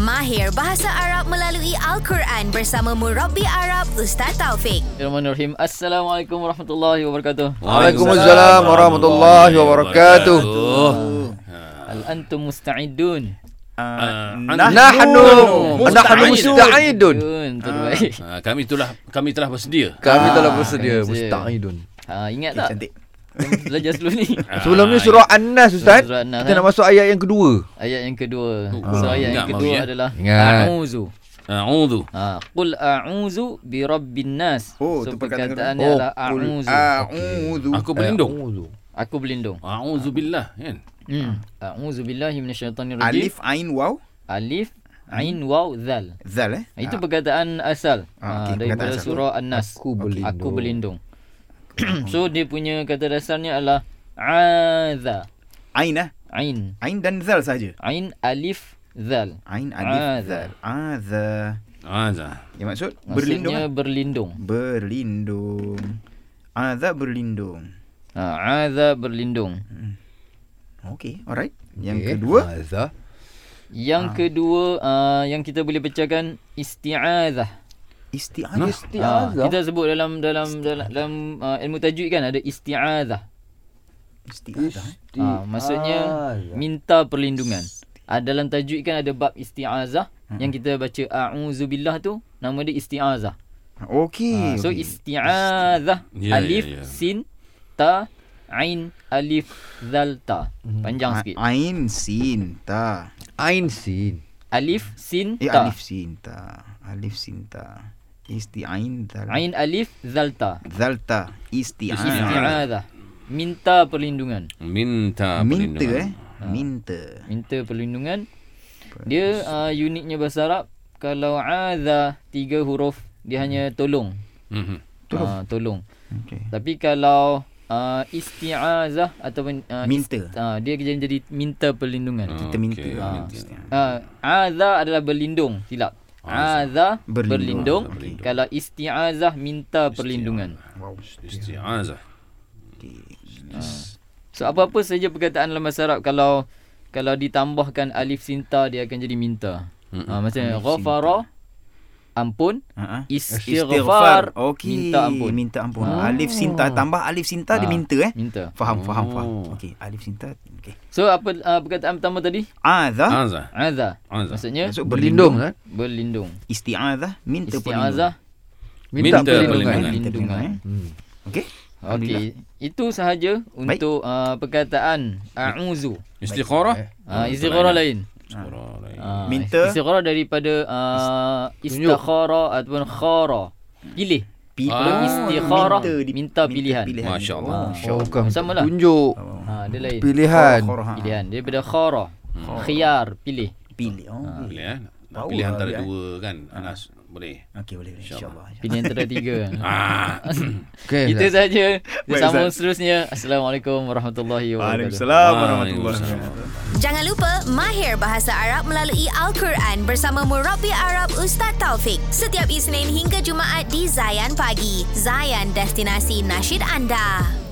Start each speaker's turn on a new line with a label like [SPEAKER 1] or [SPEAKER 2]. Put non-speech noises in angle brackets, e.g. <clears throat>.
[SPEAKER 1] Mahir Bahasa Arab melalui Al-Quran bersama Murabi Arab Ustaz Taufik.
[SPEAKER 2] Bismillahirrahmanirrahim. Assalamualaikum warahmatullahi wabarakatuh.
[SPEAKER 3] Waalaikumsalam warahmatullahi wabarakatuh.
[SPEAKER 2] Hal antum musta'idun.
[SPEAKER 4] Ah,
[SPEAKER 3] Nahnu
[SPEAKER 5] Oh,
[SPEAKER 3] nahnu
[SPEAKER 4] musta'idun.
[SPEAKER 3] musta'idun.
[SPEAKER 2] Dun,
[SPEAKER 5] Ah.
[SPEAKER 2] terbaik.
[SPEAKER 4] Ha, kami itulah kami telah bersedia.
[SPEAKER 3] Kami telah
[SPEAKER 2] Ah,
[SPEAKER 3] bersedia
[SPEAKER 2] kami
[SPEAKER 3] musta'idun.
[SPEAKER 2] Ha, ingat tak?
[SPEAKER 5] Eh, Cantik.
[SPEAKER 2] Belajar sebelum ni.
[SPEAKER 4] Ha,
[SPEAKER 3] Sebelum ni surah An-Nas
[SPEAKER 2] Ah,
[SPEAKER 3] Ustaz.
[SPEAKER 2] Surah An-Nas, eh?
[SPEAKER 3] Kita nak masuk ayat yang kedua.
[SPEAKER 2] Ayat yang kedua.
[SPEAKER 4] Oh,
[SPEAKER 2] So ayat
[SPEAKER 4] ingat
[SPEAKER 2] yang
[SPEAKER 4] baru,
[SPEAKER 2] kedua
[SPEAKER 4] ya?
[SPEAKER 5] eh.
[SPEAKER 2] adalah
[SPEAKER 3] Ingat.
[SPEAKER 2] a'udzu.
[SPEAKER 4] A'udhu.
[SPEAKER 2] Ha, qul a'udzu bi rabbin nas.
[SPEAKER 5] Oh,
[SPEAKER 2] so
[SPEAKER 5] tu perkataan
[SPEAKER 2] perkataannya
[SPEAKER 3] kedua.
[SPEAKER 2] adalah
[SPEAKER 5] Qul
[SPEAKER 2] a'udzu.
[SPEAKER 3] ah,
[SPEAKER 5] A'udhu.
[SPEAKER 4] Aku berlindung.
[SPEAKER 3] A'udzu.
[SPEAKER 2] Aku berlindung.
[SPEAKER 4] A'udzu billah kan.
[SPEAKER 2] Hmm. A'udzu billahi minasyaitanir rajim.
[SPEAKER 5] Alif, Ain, Waw,
[SPEAKER 2] Alif ain waw zal.
[SPEAKER 5] Zal eh.
[SPEAKER 2] Itu perkataan asal ah,
[SPEAKER 5] Ah, okey,
[SPEAKER 2] daripada
[SPEAKER 5] perkataan asal.
[SPEAKER 2] surah An-Nas.
[SPEAKER 3] Aku berlindung.
[SPEAKER 2] Aku berlindung. <clears throat> so dia punya kata dasarnya adalah aza
[SPEAKER 5] Ain eh.
[SPEAKER 2] ain
[SPEAKER 5] Ain dan Zal saja.
[SPEAKER 2] ain alif zal.
[SPEAKER 5] Ain, Alif,
[SPEAKER 2] Azza.
[SPEAKER 5] Zal. Aza.
[SPEAKER 4] Azza.
[SPEAKER 5] Yang maksud berlindung.
[SPEAKER 2] Maksudnya
[SPEAKER 5] eh?
[SPEAKER 2] berlindung.
[SPEAKER 5] Berlindung. Aza berlindung.
[SPEAKER 2] Ha, aza berlindung.
[SPEAKER 5] Okey, alright. Yang
[SPEAKER 2] eh.
[SPEAKER 3] Okey. Ah.
[SPEAKER 5] kedua,
[SPEAKER 3] Azza.
[SPEAKER 5] Ah.
[SPEAKER 2] Yang kedua uh, yang kita boleh pecahkan isti'azah.
[SPEAKER 5] isti'anah.
[SPEAKER 2] Ha, kita sebut dalam dalam dalam, dalam uh, ilmu tajwid kan ada isti'azah.
[SPEAKER 5] Isti'anah.
[SPEAKER 2] Ha, maksudnya
[SPEAKER 5] ah, ya.
[SPEAKER 2] minta perlindungan. Ha, dalam tajwid kan ada bab isti'azah hmm. yang kita baca a'udzubillah tu nama dia isti'azah.
[SPEAKER 5] Okey.
[SPEAKER 2] Ha, so
[SPEAKER 5] okey.
[SPEAKER 2] isti'azah
[SPEAKER 4] Ya, ya,
[SPEAKER 2] alif
[SPEAKER 4] ya.
[SPEAKER 2] sin ta ain alif zal ta. Panjang
[SPEAKER 5] A-
[SPEAKER 2] sikit.
[SPEAKER 5] Ah, Ain, Sin, Ta.
[SPEAKER 3] Ain sin.
[SPEAKER 2] Alif sin
[SPEAKER 5] Eh,
[SPEAKER 2] ta.
[SPEAKER 5] Alif, Sin, Ta. Alif, Sin, Ta. Isti'ain, Zal.
[SPEAKER 2] Ain alif zal ta.
[SPEAKER 5] Zal, Ta. Isti'anah.
[SPEAKER 2] Isti'azah. Minta perlindungan.
[SPEAKER 4] Minta
[SPEAKER 5] Minta
[SPEAKER 4] perlindungan.
[SPEAKER 5] eh. Minta.
[SPEAKER 2] Minta perlindungan. Dia uh, uniknya bahasa Arab kalau aza tiga huruf dia hanya tolong.
[SPEAKER 4] Mhm.
[SPEAKER 2] Tolong. Uh, tolong.
[SPEAKER 5] Okey.
[SPEAKER 2] Tapi kalau uh, isti'azah ataupun uh, Ist,
[SPEAKER 5] Minta.
[SPEAKER 2] uh, dia jadi jadi minta perlindungan.
[SPEAKER 5] Kita minta.
[SPEAKER 4] Okey,
[SPEAKER 5] Ah.
[SPEAKER 2] Uh, azah adalah berlindung, Ah, silap. Azah
[SPEAKER 5] Berlindung.
[SPEAKER 2] berlindung. berlindung. Kalau isti'azah minta perlindungan.
[SPEAKER 5] Wow.
[SPEAKER 4] Isti'azah.
[SPEAKER 2] So apa-apa saja perkataan dalam bahasa Arab kalau kalau ditambahkan alif sinta dia akan jadi minta. Mm-hmm. Uh, macam ghafara ampun
[SPEAKER 5] Ha-ha.
[SPEAKER 2] istighfar,
[SPEAKER 5] Okey.
[SPEAKER 2] minta ampun. Oh.
[SPEAKER 5] Minta ampun. Alif Sinta. Tambah Alif Sinta dia
[SPEAKER 2] Ah,
[SPEAKER 5] minta eh.
[SPEAKER 2] minta.
[SPEAKER 5] Faham, faham, faham.
[SPEAKER 4] Oh.
[SPEAKER 5] Okey. Alif Sinta. Okey.
[SPEAKER 2] So apa uh, perkataan pertama tadi?
[SPEAKER 5] Azah.
[SPEAKER 3] Ah?
[SPEAKER 4] Azza.
[SPEAKER 2] Azah.
[SPEAKER 4] Azah.
[SPEAKER 2] Maksudnya
[SPEAKER 5] Maksud
[SPEAKER 3] Berlindung
[SPEAKER 5] berlindung.
[SPEAKER 3] kan?
[SPEAKER 2] berlindung.
[SPEAKER 5] Isti'azah. Minta perlindungan.
[SPEAKER 2] Isti'azah
[SPEAKER 3] Minta
[SPEAKER 4] Minta
[SPEAKER 3] perlindungan.
[SPEAKER 4] perlindungan.
[SPEAKER 5] Minta perlindungan. eh.
[SPEAKER 3] Hmm.
[SPEAKER 2] Oh,
[SPEAKER 5] Okey. Alhamdulillah.
[SPEAKER 2] Okey, itu sahaja untuk uh, perkataan a'uzu.
[SPEAKER 3] Eh.
[SPEAKER 4] Istiqarah.
[SPEAKER 5] Ah,
[SPEAKER 2] Uh, istighara
[SPEAKER 5] lah.
[SPEAKER 2] lain.
[SPEAKER 4] Istiqarah lain.
[SPEAKER 2] Uh,
[SPEAKER 5] Minta.
[SPEAKER 2] Istighara daripada uh, istakhara ataupun khara. Pilih.
[SPEAKER 5] Pilih.
[SPEAKER 2] Kalau istikharah,
[SPEAKER 5] Ah. di-
[SPEAKER 2] minta pilihan.
[SPEAKER 4] Masya Allah.
[SPEAKER 3] Oh,
[SPEAKER 5] Oh,
[SPEAKER 3] bukan.
[SPEAKER 2] Sama lah.
[SPEAKER 3] Tunjuk
[SPEAKER 2] Ha, dia lain.
[SPEAKER 3] pilihan.
[SPEAKER 5] Khorah, ha.
[SPEAKER 2] Pilihan. Daripada khara. Khiyar, pilih.
[SPEAKER 5] Pilih. Oh.
[SPEAKER 4] Boleh eh. Nak
[SPEAKER 5] Bau
[SPEAKER 4] pilih
[SPEAKER 5] lah,
[SPEAKER 4] antara
[SPEAKER 5] Abi, eh.
[SPEAKER 4] dua kan. Anas
[SPEAKER 3] Ah.
[SPEAKER 4] boleh.
[SPEAKER 5] Okey, boleh. boleh. InsyaAllah.
[SPEAKER 2] Pilih
[SPEAKER 5] <laughs>
[SPEAKER 2] antara tiga.
[SPEAKER 4] Ah. <clears throat>
[SPEAKER 3] Okay,
[SPEAKER 2] Itu
[SPEAKER 3] Ustaz.
[SPEAKER 2] saja. Kita
[SPEAKER 5] Baik,
[SPEAKER 2] sambung
[SPEAKER 5] Ustaz.
[SPEAKER 2] seterusnya. Assalamualaikum warahmatullahi wabarakatuh.
[SPEAKER 4] warahmatullahi wabarakatuh.
[SPEAKER 1] Jangan lupa Mahir Bahasa Arab melalui Al-Quran bersama Murabi Arab Ustaz Taufik. Setiap Isnin hingga Jumaat di Zayan Pagi. Zayan, destinasi nasyid anda.